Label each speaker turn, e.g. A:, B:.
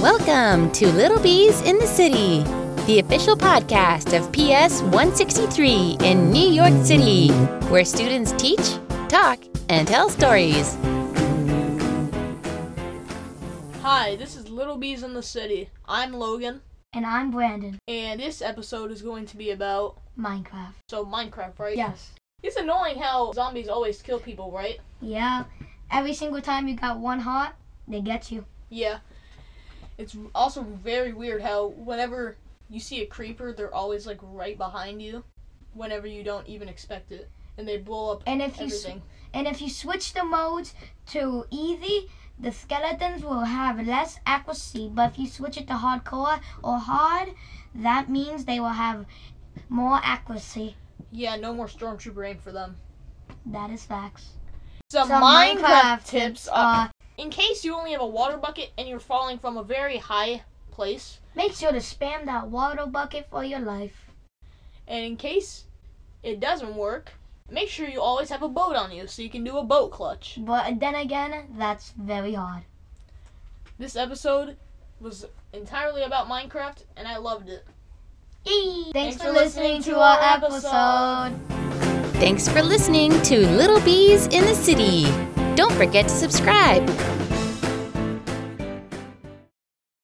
A: Welcome to Little Bees in the City, the official podcast of PS 163 in New York City, where students teach, talk, and tell stories.
B: Hi, this is Little Bees in the City. I'm Logan,
C: And I'm Brandon.
B: and this episode is going to be about
C: Minecraft.
B: so Minecraft, right?
C: Yes.
B: It's annoying how zombies always kill people, right?
C: Yeah. Every single time you got one heart, they get you.
B: Yeah. It's also very weird how whenever you see a creeper, they're always like right behind you, whenever you don't even expect it, and they blow up
C: And if you s-
B: everything.
C: and if you switch the modes to easy, the skeletons will have less accuracy. But if you switch it to hardcore or hard, that means they will have more accuracy.
B: Yeah, no more stormtrooper aim for them.
C: That is facts.
B: Some,
C: Some
B: Minecraft, tips
C: tips uh,
B: are: in case you only have a water bucket and you're falling from a very high place,
C: make sure to spam that water bucket for your life.
B: And in case it doesn't work, make sure you always have a boat on you so you can do a boat clutch.
C: But then again, that's very hard.
B: This episode was entirely about Minecraft and I loved it.
C: Thanks,
B: Thanks
C: for listening to our episode.
A: Thanks for listening to Little Bees in the City. Don't forget to subscribe.